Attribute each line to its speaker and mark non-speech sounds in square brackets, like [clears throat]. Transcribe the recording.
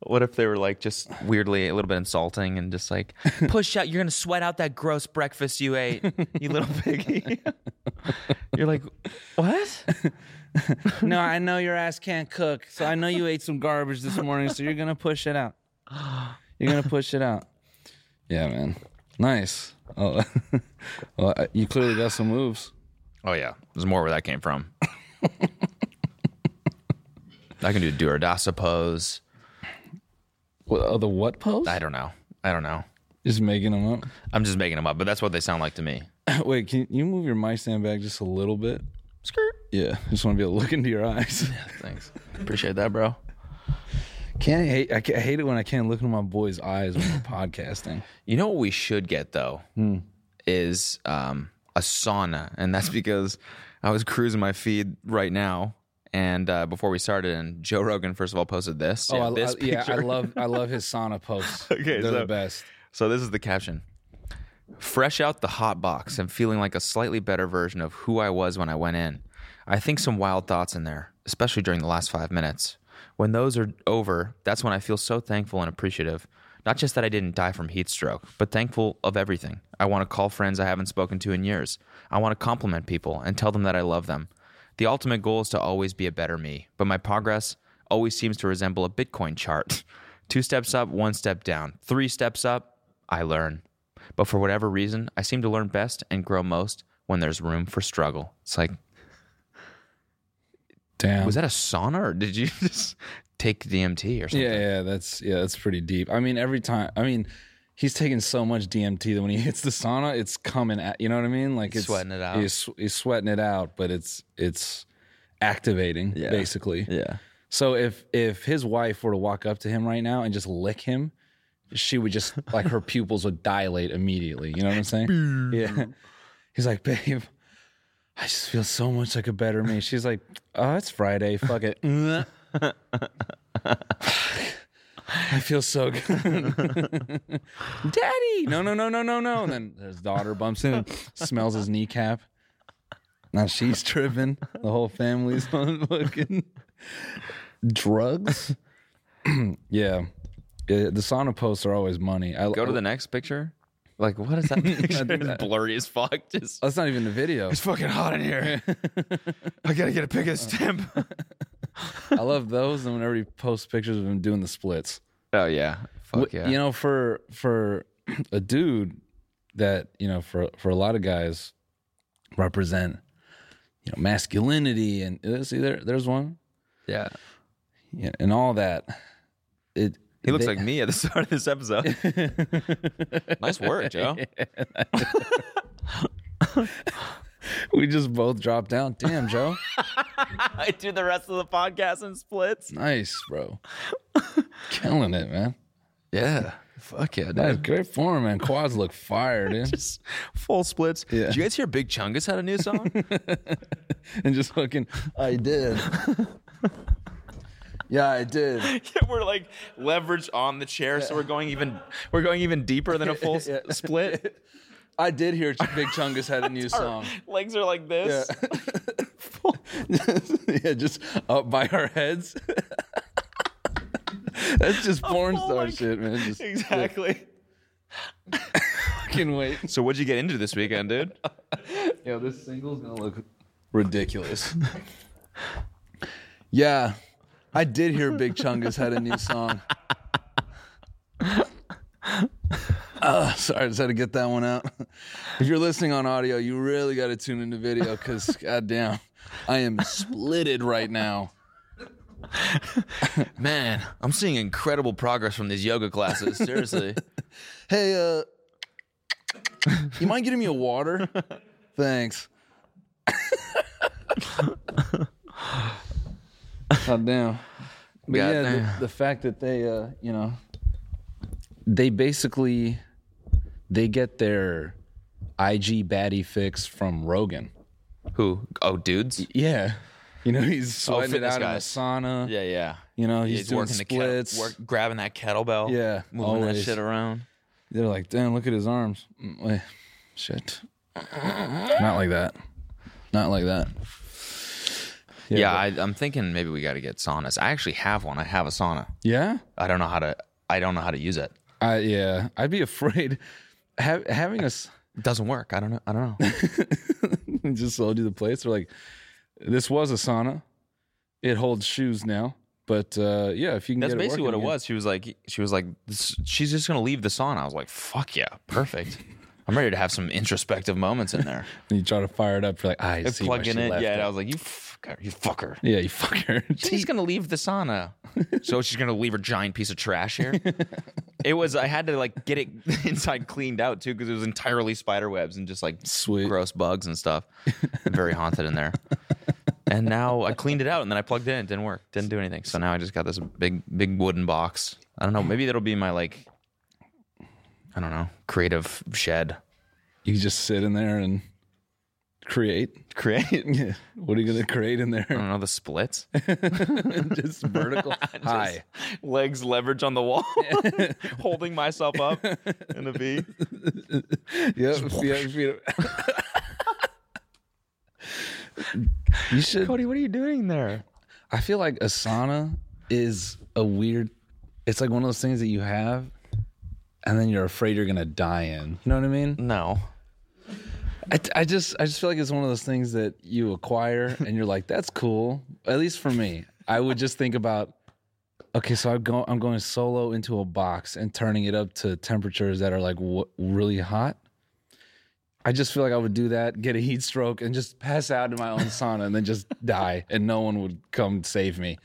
Speaker 1: What if they were like just
Speaker 2: weirdly a little bit insulting and just [laughs] like push out you're gonna sweat out that gross breakfast you ate you [laughs] little piggy you're like what
Speaker 3: no, I know your ass can't cook, so I know you ate some garbage this morning, so you're gonna push it out. You're gonna push it out. Yeah, man. Nice. Oh, [laughs] well, I- you clearly got some moves.
Speaker 2: oh yeah there's more where that came [laughs] from i can do duodasa pose
Speaker 3: What, oh, the what pose?
Speaker 2: i don't know i don't know
Speaker 3: Just making them up. [laughs]
Speaker 2: i'm just making them up but that's what they sound like to me
Speaker 3: Wait, can you move your mic stand back just a little bit?
Speaker 2: skirt
Speaker 3: Yeah, [laughs] just want to be able to look into your eyes. [laughs]
Speaker 2: thanks appreciate that bro
Speaker 3: Can't I hate. I, ca- I hate it when I can't look into my boy's eyes when we're [laughs] podcasting.
Speaker 2: You know what we should get though
Speaker 3: Hmm.
Speaker 2: is um, a sauna, and that's [laughs] because I was cruising my feed right now, and uh, before we started, and Joe Rogan first of all posted this.
Speaker 3: Oh, I,
Speaker 2: this
Speaker 3: I, yeah, I
Speaker 2: picture.
Speaker 3: love I
Speaker 2: [laughs]
Speaker 3: love his sauna posts.
Speaker 2: Okay,
Speaker 3: They're the
Speaker 2: so-
Speaker 3: best.
Speaker 2: [laughs] So this is the caption: "Fresh out the hot box and feeling like a slightly better version of who I was when I went in. I think some wild thoughts in there, especially during the last five minutes. When those are over, that's when I feel so thankful and appreciative." Not just that I didn't die from heat stroke, but thankful of everything. I want to call friends I haven't spoken to in years. I want to compliment people and tell them that I love them. The ultimate goal is to always be a better me, but my progress always seems to resemble a Bitcoin chart. [laughs] Two steps up, one step down. Three steps up, I learn. But for whatever reason, I seem to learn best and grow most when there's room for struggle. It's like,
Speaker 3: Damn.
Speaker 2: was that a sauna or did you [laughs] just take DMT or something?
Speaker 3: Yeah, yeah, that's yeah, that's pretty deep. I mean, every time, I mean, he's taking so much DMT that when he [laughs] hits the sauna, it's coming at you know what I mean? Like
Speaker 2: He's
Speaker 3: it's
Speaker 2: sweating it out.
Speaker 3: He's, he's sweating it out, but it's it's activating
Speaker 2: Yeah.
Speaker 3: basically.
Speaker 2: Yeah.
Speaker 3: So if if his wife were to walk up to him right now and just lick him, she
Speaker 2: [laughs]
Speaker 3: would just like her pupils would dilate immediately. You know what I'm saying? yeah. [laughs] He's like, babe, I just feel so much like a better me. She's like, oh, it's Friday. Fuck it.
Speaker 2: [laughs]
Speaker 3: I feel so
Speaker 2: [laughs]
Speaker 3: good. Daddy. No, no, no, no, no, no. And then his daughter bumps in and smells his kneecap. Now she's tripping. The whole family's [laughs] on fucking drugs. [clears throat] yeah. Yeah, the sauna posts are always money. I,
Speaker 2: Go to the next picture. Like, what [laughs] is that picture? it's blurry as fuck. Just
Speaker 3: That's not even the
Speaker 2: [laughs]
Speaker 3: video.
Speaker 2: it's fucking hot in here. I gotta get a pick of this temp.
Speaker 3: [laughs] I love those. And whenever he posts pictures of him doing the splits,
Speaker 2: [laughs] oh yeah. Fuck
Speaker 3: Wh-
Speaker 2: yeah.
Speaker 3: you know, for for [clears throat] a dude that you know, for for a lot of guys, represent you know masculinity and uh, see there there's one
Speaker 2: yeah.
Speaker 3: yeah, and all that. It
Speaker 2: He looks
Speaker 3: they-
Speaker 2: like me at the start of this episode. [laughs] nice work, [laughs] Joe.
Speaker 3: [laughs] we just both dropped down. Damn, Joe,
Speaker 2: I do the rest of the podcast in splits.
Speaker 3: nice, bro, killing it, man.
Speaker 2: Yeah. Fuck yeah,
Speaker 3: That's
Speaker 2: dude.
Speaker 3: great form, man. Quads look fire, dude.
Speaker 2: Just full splits.
Speaker 3: Yeah.
Speaker 2: Did you guys hear Big Chungus had a new song?
Speaker 3: and just fucking, I
Speaker 2: [laughs]
Speaker 3: did. yeah, I did.
Speaker 2: yeah, [laughs] we're like leveraged on the chair, so we're going even we're going even deeper than a [laughs] full s-
Speaker 3: Yeah.
Speaker 2: split.
Speaker 3: I did hear Ch- Big Chungus had a new song.
Speaker 2: Legs are like this. [laughs]
Speaker 3: [laughs] yeah, just up by our heads. [laughs] That's just porn
Speaker 2: Oh
Speaker 3: star
Speaker 2: my
Speaker 3: shit, man. Just
Speaker 2: Exactly.
Speaker 3: fucking wait.
Speaker 2: So what'd you get into this weekend, dude?
Speaker 3: Yo, this single's gonna look ridiculous. [laughs] yeah, I did hear Big Chungus had a new
Speaker 2: [laughs]
Speaker 3: song. Uh, sorry, I just had to get that one out. If you're listening on audio, you really got to tune into video because, goddamn, I am splitted right now.
Speaker 2: [laughs] Man, I'm seeing incredible progress from these yoga classes. Seriously.
Speaker 3: Hey, uh, you mind getting me
Speaker 2: [laughs]
Speaker 3: a water? Thanks. God Oh, damn. But yeah,
Speaker 2: Goddamn.
Speaker 3: The, the fact that they, uh, you know, they basically they get their IG baddie fix from Rogan.
Speaker 2: [laughs] Who? Oh, dudes?
Speaker 3: Yeah, you know he's sweating it
Speaker 2: fitness
Speaker 3: out
Speaker 2: guys.
Speaker 3: in the sauna.
Speaker 2: Yeah, yeah.
Speaker 3: You know he's,
Speaker 2: He's,
Speaker 3: doing
Speaker 2: working
Speaker 3: splits.
Speaker 2: the kettle, work, grabbing that kettlebell.
Speaker 3: Yeah,
Speaker 2: moving
Speaker 3: always.
Speaker 2: that shit around.
Speaker 3: They're like, damn, look at his arms. Mm, wait. Shit. Not like that. Not like that.
Speaker 2: Yeah, I, I'm thinking maybe we got to get saunas. I actually have one. I have a sauna.
Speaker 3: Yeah.
Speaker 2: I don't know how to. I don't know how to use it.
Speaker 3: I yeah. I'd be [laughs] afraid ha- having us
Speaker 2: It doesn't work. I don't know. I don't know.
Speaker 3: [laughs] just sold you the place. They're like, this was a sauna. It holds shoes now, but uh, yeah, if you can.
Speaker 2: That's
Speaker 3: get
Speaker 2: basically what it
Speaker 3: working
Speaker 2: was. She was like, she was like, "This- she's just gonna leave the sauna. I was like, fuck yeah,
Speaker 3: [laughs]
Speaker 2: perfect. I'm ready to have some introspective moments in there.
Speaker 3: again. And you try to fire it up. You're like, I [laughs] see why she left
Speaker 2: Yeah,
Speaker 3: it.
Speaker 2: and I was like, you fucker, you fucker.
Speaker 3: yeah, you [laughs] fucker.
Speaker 2: She's gonna leave the
Speaker 3: [laughs]
Speaker 2: sauna. so she's gonna leave her giant piece of trash here. it was. I had to like get it [laughs] inside cleaned out too because it was entirely spider webs and just like
Speaker 3: Sweet.
Speaker 2: gross bugs and [laughs] stuff. Very haunted in there. And now I cleaned it out and then I plugged it in. It didn't work. Didn't do anything. So now I just got this big, big wooden box. I don't know. Maybe that'll be my like, I don't know, creative shed.
Speaker 3: You just sit in there and create.
Speaker 2: Create.
Speaker 3: [laughs]
Speaker 2: Uh-huh.
Speaker 3: Yeah. What are you gonna create in
Speaker 2: I
Speaker 3: there?
Speaker 2: don't know the splits. [laughs]
Speaker 3: [laughs] just vertical. Hi.
Speaker 2: Just legs leverage on the wall, [laughs] holding myself up in a V.
Speaker 3: Yep, yep, yep. [laughs] you should.
Speaker 2: Cody, what are you doing there?
Speaker 3: I feel like Asana is a weird. It's like one of those things that you have, and then you're afraid you're gonna die in. You know what I mean?
Speaker 2: No.
Speaker 3: I, I just I just feel like it's one of those things that you acquire, and you're like, that's cool. At least for me, I would just think about. Okay, so I'm going. I'm going solo into a box and turning it up to temperatures that are like w- really hot. I just feel like I would do that, get a heat stroke, and just pass out in my own sauna, and then just die, and no one would come save me.